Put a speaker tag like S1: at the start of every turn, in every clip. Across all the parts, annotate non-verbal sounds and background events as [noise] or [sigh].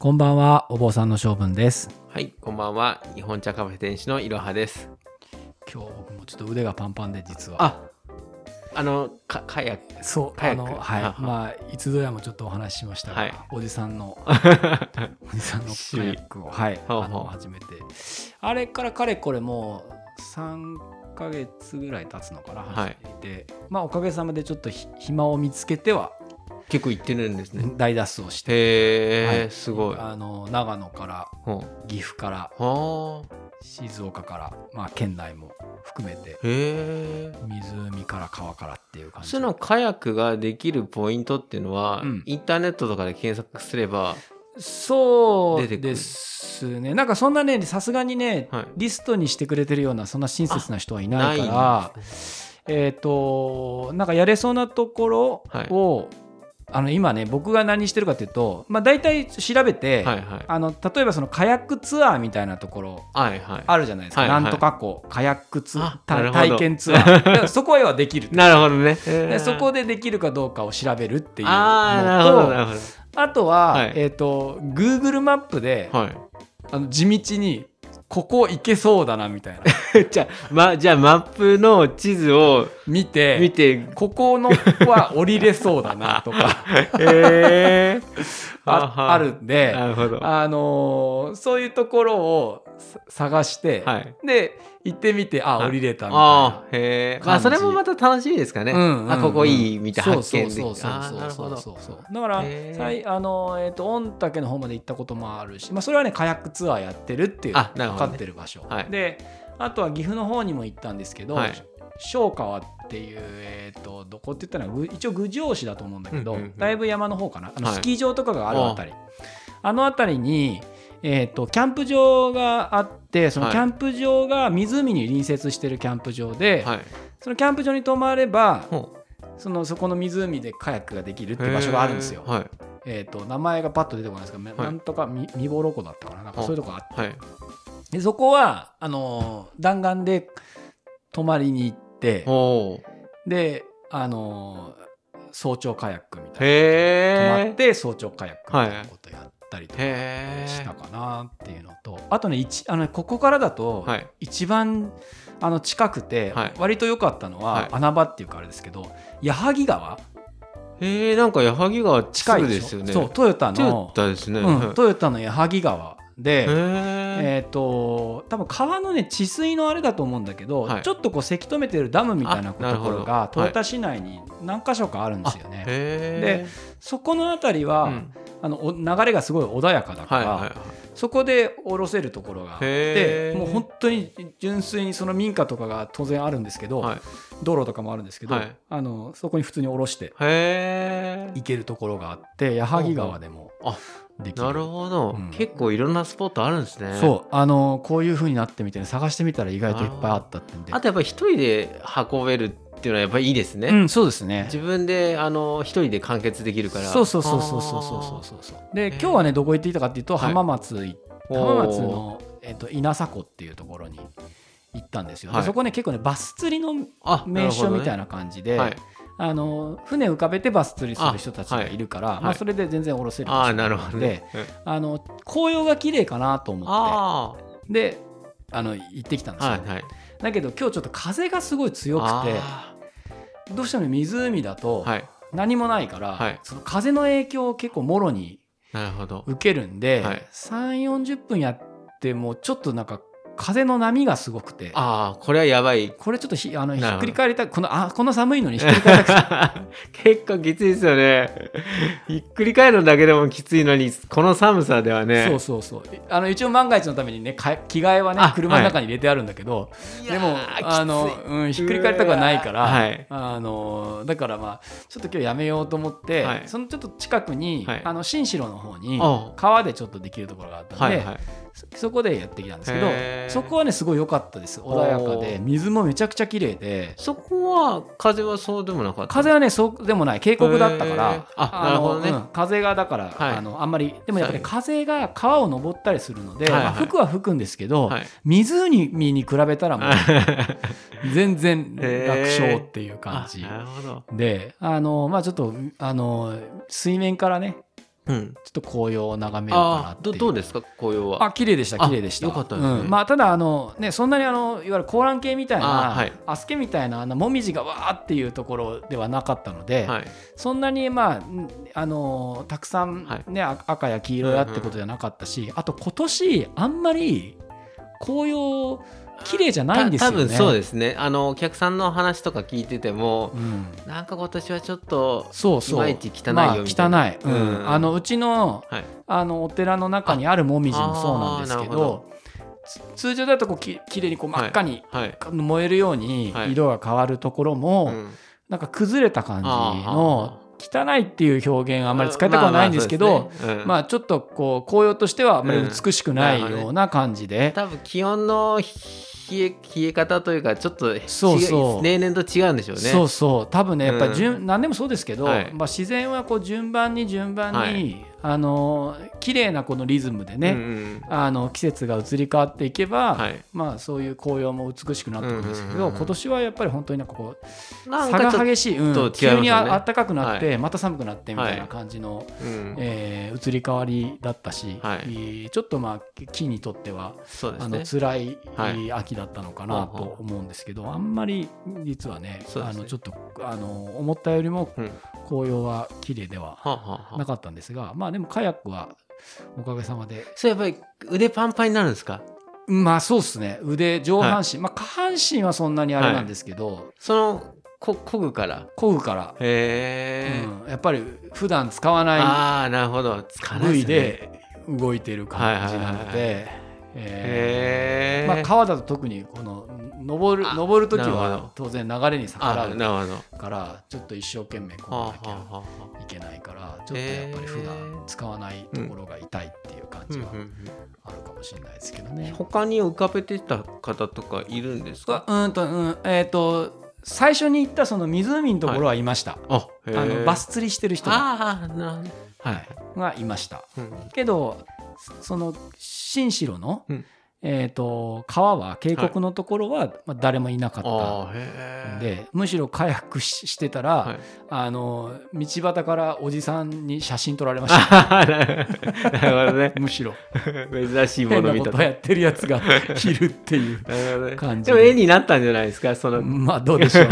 S1: こんばんは、お坊さんの性分です。
S2: はい、こんばんは。日本茶カフェ店主のいろはです。
S1: 今日僕もちょっと腕がパンパンで実は。
S2: あ、あのかカヤック。
S1: そう、あ
S2: 早く
S1: の、はい、
S2: はは
S1: まあ、いつぞやもちょっとお話ししましたが、
S2: はい
S1: おじさん [laughs] の、おじさんの
S2: 趣
S1: カ
S2: 味
S1: ヤックを、はい、
S2: ほうほう
S1: あの、始めて。あれからかれこれもう、三ヶ月ぐらい経つのかな、
S2: は
S1: 始
S2: い
S1: めて。まあ、おかげさまでちょっとひ暇を見つけては、
S2: 結構行ってるんですね。
S1: 大脱走して。
S2: へえ、
S1: はい
S2: すごい。
S1: あの、長野から、
S2: ほ
S1: 岐阜から、
S2: うはあ。
S1: 静岡から、まあ、県内も含めて。
S2: へえ。
S1: 湖から川からっていう感じ
S2: そのカヤックができるポイントっていうのは、
S1: うん
S2: インターネットとかで検索すれば、
S1: そう
S2: 出てくる
S1: ですねなんかそんなねさすがにね、
S2: はい
S1: リストにしてくれてるようなそんな親切な人はいないから
S2: んですね
S1: えっ、となんかやれそうなところを、あの今ね僕が何してるかというと、まあ、大体調べて、
S2: はいはい。
S1: あの例えばそのカヤックツアーみたいなところ
S2: はいはい。
S1: あるじゃないですか、
S2: はいはい
S1: なんとかこうカヤックツ
S2: あなる
S1: 体
S2: ほど
S1: 体験ツアーだ
S2: [laughs]
S1: からそこへはできる
S2: なるほどね。
S1: でそこ
S2: で
S1: でできるかどうかを調べるっていうのと
S2: ああ、なるほど、なるほ
S1: あとは、
S2: はい
S1: えっ、と Google マップで、
S2: ど。はい。
S1: あの地道にここ行けそうだなみたいな
S2: じゃあ、ま、じゃあマップの地図を
S1: 見て
S2: 見て、
S1: ここのは降りれそうだなと
S2: [laughs]
S1: か
S2: ええ [laughs]
S1: ああるんで
S2: なるほど。
S1: あのーそういうところをさ探して、
S2: はい。
S1: で行ってみてあ
S2: はい
S1: 降りれたみたいな、
S2: ああ、へえ。ま
S1: 感
S2: あ、
S1: じ
S2: それもまた楽しいですかね。
S1: うんうんうん
S2: あ、ここいい、みたいな発見でき
S1: そうそう
S2: あー
S1: そ
S2: な
S1: う
S2: る
S1: そ
S2: ほ
S1: う
S2: ど
S1: そうそうそうだから
S2: へー
S1: さいあのーえっ、と御嶽の方まで行ったこともあるし、まあ、それはねカヤックツアーやってるっていう
S2: あなるほどね
S1: かってる場所、
S2: はい
S1: であとは岐阜の方にも行ったんですけど、
S2: はい
S1: 昭川っていう、えー、とどこって言ったらぐ一応郡上市だと思うんだけど、
S2: うんうんうん
S1: だいぶ山の方かなあの
S2: はい
S1: スキー場とかがあるあたり、あのあたりに、えー、とキャンプ場があってその
S2: はい
S1: キャンプ場が湖に隣接してるキャンプ場で、
S2: はい。
S1: そのキャンプ場に泊まれば
S2: ほ
S1: そのそこの湖でカヤックができるっ
S2: う
S1: ていう場所があるんですよ。
S2: はい。
S1: えー、と名前がパッと出てこないんですけど、
S2: い
S1: なんとかみみぼろ湖だったかななんかそういうとこあって
S2: はい。
S1: でそこはあのー弾丸で泊まりに行って
S2: ほ
S1: であのー早朝カヤックみ
S2: う。
S1: たいな泊ま
S2: へ
S1: っ
S2: え。
S1: て早朝カヤックみたいなことやったりとか
S2: へえ。
S1: したかなっていうのと、あとね一あのねここからだと
S2: はい
S1: 一番あの近くて
S2: はい
S1: 割と良かったのは、
S2: はい
S1: 穴場っていうかあれですけど矢作川
S2: へえ、なんか矢作川
S1: 近
S2: 近
S1: い
S2: い
S1: で
S2: で
S1: し
S2: す
S1: ょ
S2: よね。
S1: そうトヨタ
S2: トヨ
S1: の
S2: タですね。
S1: う
S2: は
S1: ん、
S2: い
S1: トヨタの矢作川で、
S2: へえ。
S1: えー、と多分川のね治水のあれだと思うんだけど、
S2: はい
S1: ちょっとこうせき止めてるダムみたいな
S2: あな
S1: と
S2: る
S1: こ
S2: ほ
S1: ろ
S2: ど
S1: が豊田市内に何箇所かあるんですよね。
S2: へえ。
S1: そこの辺りは、
S2: うん
S1: あのお流れがすごい穏やかだか
S2: はい
S1: ら、
S2: はいはい。
S1: そこで降ろせるところがあって
S2: へー
S1: もう本当に純粋にその民家とかが当然あるんですけど、
S2: はい
S1: 道路とかもあるんですけど、
S2: はい
S1: あのそこに普通に降ろして
S2: へえ。
S1: 行けるところがあって矢作川でも
S2: あ、
S1: できる
S2: なるほど
S1: うん。
S2: 結構いろんなスポットあるんですね。
S1: そうあのこういう風になってみてね探してみたら意外といっぱいあったってんで
S2: あとやっぱり一人で運べるっていうのはやっぱりいいですね。
S1: うんそうですね
S2: 自分であの一人で完結できるから。
S1: そうそうそうそうそうそうそうそうそうで
S2: ー
S1: 今日はねどこ行っていたかっていうと
S2: はい
S1: 浜松行っ
S2: あー
S1: 浜松。の、えっと稲佐湖っていうところに行ったんですよ、で
S2: はい
S1: そこね結構ねバス釣りの
S2: あ
S1: 名所みたい
S2: な
S1: な感じで、
S2: るほどね。はい。
S1: あの船浮かべてバス釣りする人たちがいるから
S2: い
S1: まあ、
S2: はい
S1: それで全然降ろせる
S2: あ
S1: 場
S2: あ
S1: 所
S2: ーなるほど
S1: で
S2: ね。うん
S1: あの紅葉が綺麗かなと思っ
S2: あ
S1: てであの行ってきたんで
S2: あ
S1: すよ、
S2: はいはい。
S1: だけど今日ちょっと風がすごい強くて
S2: あ
S1: どうしても湖だと
S2: ーはい。
S1: 何もないから、
S2: はい
S1: その風の影響を結構もろに
S2: なるほど。
S1: 受けるんで、
S2: はい
S1: 3 4 0分やってもちょっとなんか風の波がすごくて
S2: ああこれはやばい。 [laughs]
S1: これちょっとひあのひ
S2: なるほど
S1: っくり返りたくこのあこの寒いのにひっくり返りたく
S2: 結構きついですよね。ひっくり返るだけでもきついのにこの寒さでは
S1: て、
S2: [laughs] ね
S1: そう。そうそうあの一応万が一のためにねか着替えはね
S2: あ
S1: 車の中に入れてあるんだけど、
S2: いやー
S1: でもあの、うん、ひっくり返りたくはないから、
S2: はい
S1: あのだからまあちょっと今日やめようと思って、
S2: はい
S1: そのちょっと近くに、
S2: はい
S1: あの新城の方に
S2: あ
S1: 川でちょっとできるところがあったんで、
S2: はいはい。
S1: そそこでやってきたんですけど
S2: へー
S1: そこはねすごい良かったです穏やかで
S2: おー
S1: 水もめちゃくちゃ綺麗で
S2: そこは風はそうでもなかった。
S1: 風はねそうでもない渓谷だったか
S2: へー
S1: ら
S2: あ
S1: の
S2: なるほどね
S1: うん風がだから、
S2: はい
S1: あのあんまりでもやっぱり
S2: はい
S1: 風が川を登ったりするので、
S2: はいはい
S1: まあ吹くは吹くんですけど、
S2: はい。
S1: 湖に比べたらもう
S2: [laughs]
S1: 全然楽
S2: へー
S1: 勝っていう感
S2: あ
S1: じ
S2: なるほど。
S1: であのまあちょっとあの水面からね
S2: うん。
S1: ちょっと紅葉を眺めようかな
S2: あ
S1: っ
S2: あ、
S1: てい
S2: ど
S1: う
S2: どうですか紅葉は。
S1: あ綺麗でした
S2: あ
S1: 綺麗でした
S2: よかったですね
S1: うんまあ、ただあの、ね、そんなにあのいわゆる高蘭系みたい
S2: あ
S1: な
S2: はい
S1: アスケみたいなあのもみじがわーっていうところではなかったので、
S2: はい。
S1: そんなに、まあんあのたくさん、ねあ赤や黄色やってことじゃなかったし、あと今年あんまり紅葉綺麗じゃないんですよね。
S2: た多分そうですね。あのお客さんの話とか聞いてても、
S1: うん
S2: なんか今年はちょっと、
S1: そうそう
S2: いまいち汚いよ
S1: まあ、
S2: みたいな
S1: 汚い、うん
S2: うん
S1: あのうちの
S2: はい。
S1: あのお寺の中にあるもみじもそうなんですけ
S2: あーなるほ
S1: ど
S2: ど
S1: つ通常だとこうき綺麗にこう真っ赤に
S2: はい。
S1: 燃えるように
S2: はい
S1: 色が変わるところも、
S2: うん
S1: なんか崩れた感じの汚いっていう表現はあ
S2: あ
S1: んまり使いたくはないんですけ
S2: まあま
S1: ど
S2: あそうですねうん
S1: まあちょっとこう紅葉としてはあんまり美しくないような感じで、
S2: 多分気温の冷え冷え方というかちょっと違
S1: そうそう
S2: 例年と違うんでしょうね。
S1: そうそう多分ねやっぱり順、
S2: う
S1: 何でもそうですけど、
S2: はい
S1: まあ、自然はこう順番に順番に、
S2: はい
S1: あの綺麗なこのリズムでね、
S2: うんうん
S1: あの季節が移り変わっていけば、
S2: はい
S1: まあ、そういう紅葉も美しくなってくるんですけど、
S2: うんうんうんうん
S1: 今年はやっぱり本当になんかこう
S2: なん
S1: 差
S2: かちょ
S1: が
S2: っ
S1: 激しい、うん
S2: ちょっと違いますよね
S1: 急にあ暖かくなって、また寒くなってみたいな感じの、
S2: と、うん
S1: えー移り変わりだったし、
S2: はい
S1: えーちょっとまあ木にとっては、
S2: そうで
S1: あ
S2: す
S1: の
S2: ね。
S1: 辛い
S2: はい
S1: 秋だったのかな
S2: ほうほ
S1: と思うんですけど、あんまり実はね
S2: そうで
S1: あ
S2: すね
S1: のちょっとあの思ったよりも
S2: うんは
S1: 紅葉は綺麗では
S2: あはあは
S1: な
S2: あ
S1: かったんですが、まあでもカヤックはおかげさまで
S2: そうやっぱり腕パンパンになるんですか
S1: まあそうですね腕上半身、まあ下半身はそんなにあれなんですけど、
S2: そのこ漕ぐから。
S1: 漕ぐから、
S2: へえ、
S1: うん、やっぱり普段使わな
S2: ああなるほど。つか
S1: い
S2: ない
S1: 部位
S2: ですね。
S1: で動いてる感じなの
S2: はい
S1: でえ
S2: へ
S1: ー
S2: え。
S1: まあ川だと特にこの登る
S2: あ
S1: 登る時
S2: なるほ
S1: は
S2: ど
S1: 当然流れに逆ら
S2: あ
S1: う
S2: なるほど。は
S1: からちょっと一生懸命
S2: あ
S1: こう
S2: はあ
S1: な
S2: はあは
S1: きゃいけないからちょっとやっぱり普段使わないところが痛いっていう感
S2: あう
S1: じ
S2: ん
S1: は
S2: うん
S1: あるかもしれないですけど
S2: うん
S1: ね。
S2: 他に浮かべてた方とかいるんです
S1: が
S2: か
S1: うんとうんえっと最初に行ったその湖のところはいました。
S2: あへー
S1: あのバス釣りしてる人が,、
S2: ああなるほど。
S1: はい、がいました
S2: うん
S1: けどその新城の、
S2: うん
S1: えー、と川は渓谷のところは、まあ、誰もいなかっ
S2: あ
S1: た
S2: あ
S1: ん
S2: へえ。
S1: でむしろカヤックししてたら、
S2: はい
S1: あの道端からおじさんに写真撮られま
S2: [laughs]
S1: した
S2: あーなるほどね。
S1: むしろ
S2: 珍しいも
S1: 変
S2: の
S1: な
S2: 見
S1: こ
S2: た
S1: とやってるや
S2: [laughs]
S1: つがいるっていう
S2: なるほどね
S1: 感じ
S2: でも絵になったんじゃないですかその、
S1: まあどうで
S2: [laughs]
S1: しょう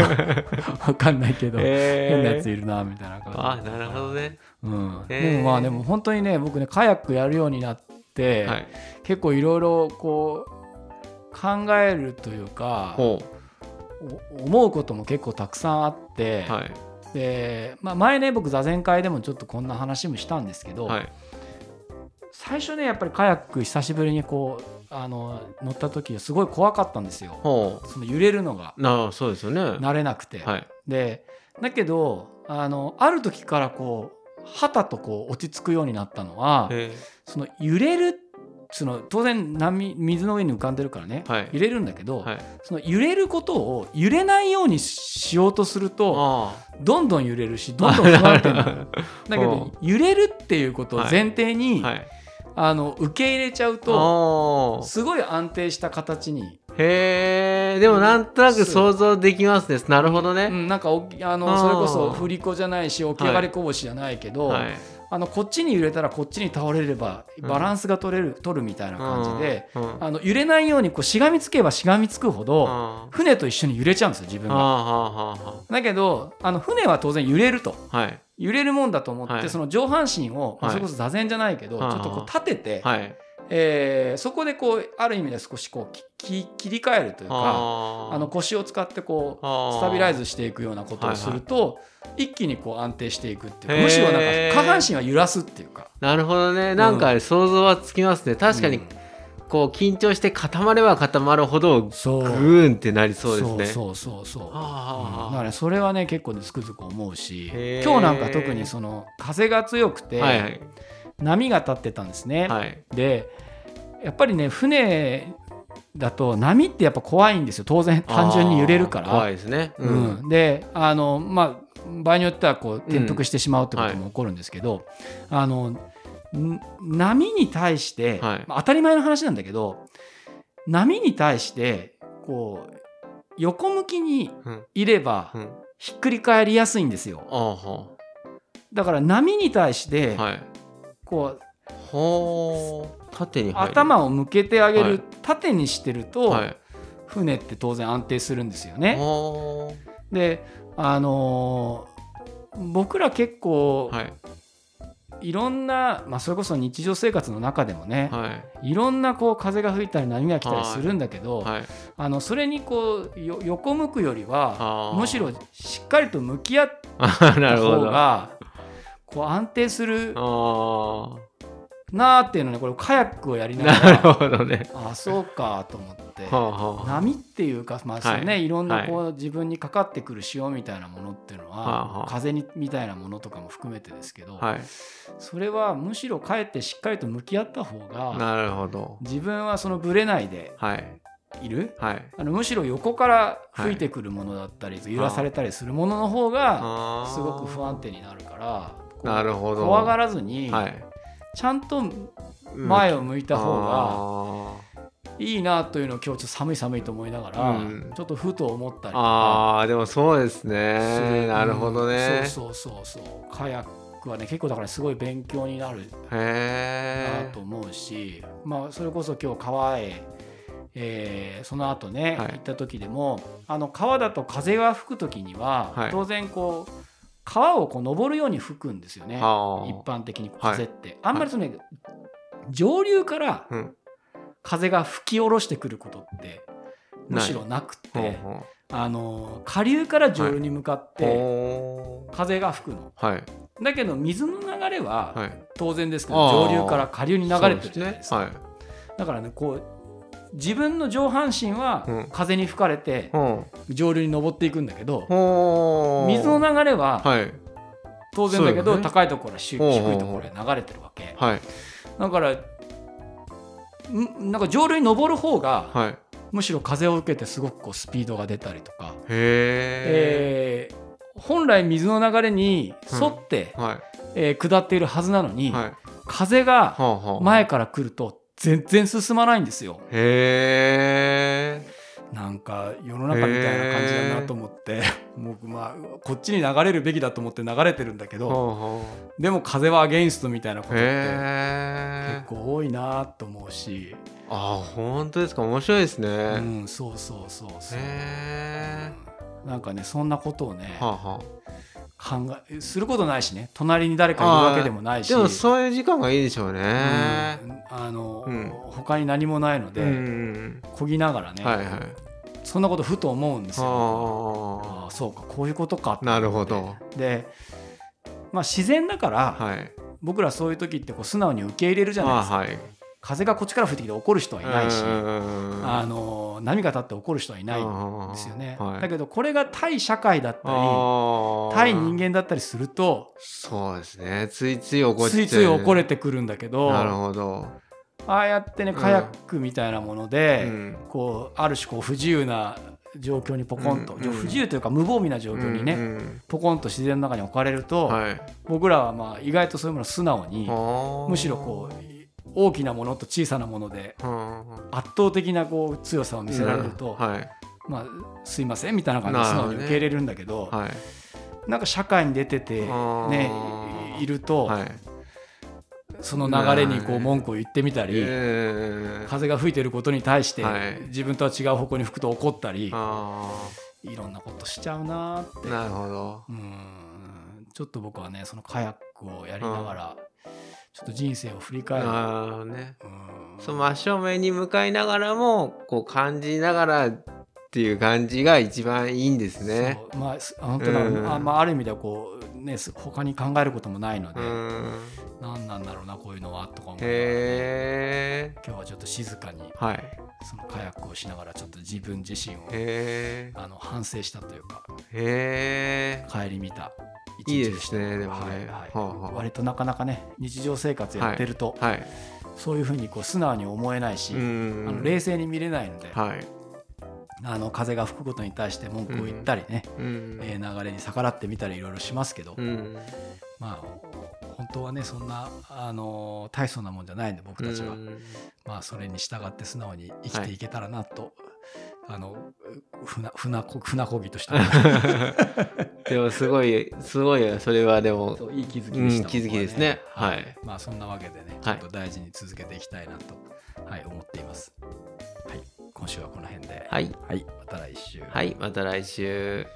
S1: わかんないけど、
S2: えー
S1: 変なやついるなみたいな感じ
S2: あなるほどね、
S1: うん
S2: え
S1: で
S2: ー
S1: もまあでも本当にね僕ねカヤックやるようになって、
S2: はい
S1: 結構いろいろこう考えるというか
S2: ほ
S1: お思うことも結構たくさんあって、
S2: うはい
S1: で、まあ、前ね僕座禅会でもちょっとこんな話もしたんですけど、
S2: はい
S1: 最初ねやっぱりカヤック久しぶりにこうあの乗った時すごい怖かったんですよ
S2: ほ
S1: その揺れるのが
S2: うなあそうですよねは
S1: 慣れなくて。
S2: い
S1: でだけどあのある時からこう旗とこう落ち着くようになったのは。
S2: え
S1: その揺れるその当然波水の上に浮かんでるからね、
S2: はい
S1: 揺れるんだけど、
S2: ー、はい
S1: その揺れることを揺れないようにしようとすると
S2: あ
S1: どんどん揺れるしどんどん不安定にな
S2: [laughs]
S1: るだけ
S2: うん
S1: ど揺れるっていうことを前提に、
S2: あはい
S1: あの受け入れちゃうと
S2: と
S1: すごい安定した形に、
S2: へえでもなんとなく想像できますねなるほど
S1: う
S2: ね、
S1: ん、なんかおきあ
S2: あ
S1: の
S2: ー
S1: それこそ振り子じゃないし起き上がりこぼしじゃないけど、
S2: はい
S1: あのこっちに揺れたらこっちに倒れればバランスが取れる、取るみたいな感じで。
S2: うんうん
S1: あの揺れないようにこうしがみつけばしがみつくほ
S2: あ
S1: ど
S2: ー
S1: 船と一緒に揺れちゃうんですよ自分
S2: あー
S1: が。
S2: はーは
S1: だけどあの船は当然揺れると
S2: ーはい
S1: 揺れるもんだと思って、
S2: はい
S1: その上半身を、まあ
S2: は
S1: そ
S2: い
S1: れこそ座禅じゃないけど、
S2: はあはあ
S1: ちょっとこう立てて、
S2: はい
S1: えーそこでこうある意味で少しこうきき切り替えるというかあ
S2: あ
S1: の腰を使ってこう
S2: ス
S1: スタビライズしていくようなことをすると、一気にこう安定していくっていう
S2: へ
S1: か
S2: ー
S1: むしろなんか下半身は揺らすっていうか。
S2: なるほどねなんか想像はつきますね、確かに
S1: うん
S2: こう緊張して固まれば固まるほど
S1: そう
S2: グーンってなりそうですね。
S1: そうそうそうそううんだか
S2: あ
S1: らそれはね結構ねつくづく思うし
S2: へー
S1: 今日なんか特にその風が強くて、
S2: あはいはい
S1: 波が立ってたんですね、
S2: はい。
S1: でやっぱりね船だと波ってやっぱ怖いんですよ当然単純に揺れるか
S2: あー怖
S1: ら。
S2: いですね。う。
S1: うんんであのまあ場合によってはこう転覆してしまうってことも起こるんですけど、あのん波に対して、
S2: はい
S1: まあ当たり前の話なんだけど波に対してこう横向きに
S2: うん。
S1: いれば
S2: うん。
S1: ひっくり返りやすいんですよ
S2: あーは
S1: だから波に対して
S2: ーはい。
S1: こう
S2: ほう縦に入る
S1: 頭を向けてあげる、
S2: はい
S1: 縦にしてると、
S2: はい
S1: 船って当然安定するんですよね。
S2: ほ
S1: であのー僕ら結構
S2: うはい
S1: いろんな、まあ、それこそ日常生活の中でもね、
S2: はい
S1: い、ろんなこう風が吹いたり波が来たりするんだけど、
S2: はい
S1: あのそれにこうよ横向くよりは
S2: あー
S1: むしろしっかりと向き合っ
S2: あ [laughs] な
S1: た
S2: るほ
S1: 方
S2: どあ
S1: がこう安定する
S2: あ
S1: なーっていうのねこれカヤックをやりなが
S2: なる
S1: ら
S2: ほどね
S1: あそうかと思って。
S2: はあは
S1: 波っていうか、まあ
S2: はい
S1: そうね、いろん
S2: は
S1: ないこう自分にかかってくる潮みたいなものっていうのは、
S2: はあはあ
S1: 風にみたいなものとかも含めてですけど、
S2: あはい
S1: それはむしろかえってしっかりと向き合った方が
S2: なるほど
S1: 自分はそのブレないで
S2: はい
S1: いる
S2: はい
S1: あのむしろ横から吹いてくるものだったり、揺らされたりするものの方が
S2: あー
S1: すごく不安定になるからこう
S2: なるほど
S1: 怖がらずに、
S2: はい
S1: ちゃんと前を向いた方が
S2: が
S1: いいなというのを今日ちょっと寒い寒いと思いながら、
S2: うん
S1: ちょっとふと思ったりとか。
S2: あーでもそうです
S1: す
S2: ねなるほどね
S1: うんそうそうそうそうカヤックはね結構だからすごい勉強になるな
S2: へえ
S1: と思うし、まあそれこそ今日川へ、えーその後ね、
S2: はい
S1: 行った時でもあの川だと風が吹く時には、
S2: はい
S1: 当然こう川をこう登るように吹くんですよね
S2: はあ
S1: 一般的に風って、あんまりその、ね上流から
S2: うん
S1: 風が吹き下ろしてくることってむしろなくて
S2: ほうほう
S1: あの下流から上流に向かって、
S2: ほ
S1: 風が吹くの
S2: うはい
S1: だけど水の流れは
S2: はい
S1: 当然ですけど、
S2: あー
S1: 上流から下流に流れてるじゃないですか
S2: そうね
S1: だからねこう自分の上半身は
S2: うん
S1: 風に吹かれて
S2: はい
S1: 上流に登っていくんだけど、
S2: ほう
S1: 水の流れは
S2: はい
S1: 当然だけ
S2: そう
S1: ど、
S2: よね
S1: 高いところは低い
S2: ほうほうほう
S1: ところへ流れてるわけ
S2: はい
S1: だからんなんか上流に登る方が
S2: はいへ
S1: むしろ風を受けてすごくこうスピードが出たりとか、
S2: え
S1: えー本来水の流れに沿って、
S2: は
S1: えー下っているはずなの
S2: い
S1: に、
S2: はい
S1: 風が
S2: はあはあ
S1: 前から来ると全然進まないんですよ
S2: へえ
S1: なんか世の中みたいな感じだなと思ってもうまあこっちに流れるべきだと思って流れてるんだけ
S2: ほう
S1: ど
S2: ほ
S1: でも風はアゲインストみたいなこ
S2: う
S1: とって結
S2: へえ
S1: 構多いなと思うし、
S2: あ本当ですか面白いです
S1: う
S2: ね
S1: ん、そうそうそうそう、
S2: へ
S1: なんかねそんなことをね
S2: えはあはあ
S1: 考えすることないしね隣に誰かいるわけでもないし
S2: でもそういう時間がいいでしょう
S1: う
S2: ね
S1: んあの、
S2: うん
S1: 他に何もないの
S2: う
S1: で、
S2: んうん
S1: こぎながら
S2: う
S1: ね、
S2: んはいはい
S1: そんなことふと思うんですよ。
S2: は
S1: ああそうかこういうことか
S2: あなるほど
S1: で、まあ、自然だから、
S2: はい
S1: 僕らそういう時ってこう素直に受け入れるじゃない
S2: あ
S1: ですか、
S2: はい
S1: 風がこっちから吹いてきて怒る人はいないし、あ
S2: あ
S1: の波が立って怒る人はいないんですよね、
S2: はい、
S1: だ
S2: ど
S1: けどこれが対社会だったり対人間だったりすると
S2: そうですねついつい怒っちゃ
S1: つ
S2: う
S1: いつい怒れてくるんだけど
S2: なるほど、
S1: ああやってね
S2: うん
S1: カヤックみたいなもの
S2: う
S1: で、
S2: ん、
S1: こうある種こう不自由な状況にポコンと、
S2: うんうん
S1: 不自由というか無防備な状況にね、
S2: うん
S1: ポコンと自然の中に置かれると、
S2: うんはい、
S1: 僕らはまあ意外とそういうものを素直にむしろこ
S2: う
S1: う大きなものと小さなもので圧倒的なこう強さを見せられると、
S2: はい
S1: まあ、すいませんみたいな感じで素直に受け入れるんだけどな
S2: はい
S1: んか社会に出てて、
S2: あー
S1: ね、いいると、
S2: はい
S1: その流れにこ
S2: なるほど
S1: う
S2: ね
S1: 文句を言ってみたり、
S2: えー
S1: 風が吹いてることに対して
S2: はい
S1: 自分とは違う方向に吹くと怒ったり、
S2: あ
S1: い、ろんなことしちゃうなーって
S2: ーなるほど
S1: うんちょっと僕はねそのカヤックをやりながらちょっと人生を振り返る。
S2: なるほどね
S1: うん
S2: その真正面に向かいながらもこう感じながらっていう感じが一番いいんですね
S1: そうまあす本当だ、
S2: うん
S1: あまあ、ある意味ではこうねす他に考えることもないので、
S2: うん
S1: 何なんだろうなこういうのはとか思いながら
S2: へえ
S1: 今日はちょっと静かに
S2: はい
S1: そのカヤックをしながらちょっと自分自身を
S2: へえ
S1: あの反省したというか
S2: へえ
S1: 顧みた一
S2: いい
S1: 日
S2: で
S1: でし
S2: す
S1: た。
S2: ねでも
S1: はい
S2: ね
S1: はい
S2: はあはあ
S1: 割となかなかね日常生活やってると、
S2: はい
S1: そういうふうにこう素直に思えないし、あの
S2: の
S1: 冷静に見れないので、
S2: はい
S1: あの風が吹くことに対して文句を言ったりね、
S2: うん
S1: えー流れに逆らってみたりいろいろしますけど、
S2: うん
S1: まあ本当はねそんな、あのー大層なもんじゃないんで僕たちは、
S2: うん
S1: まあそれに従って素直に生きていけたらなとあの船船こ船こぎとした
S2: [laughs] でもすごいすごいそれはでも
S1: そういい気づき
S2: う
S1: でし
S2: ん
S1: た、
S2: 気づきですね
S1: は
S2: はいい
S1: まあそんなわけでね、ちょ
S2: はい
S1: っと大事に続けていきたいなと、はい、思っています。はい、今週はこの辺で。
S2: はい
S1: はい、また来週。
S2: はいまた来週。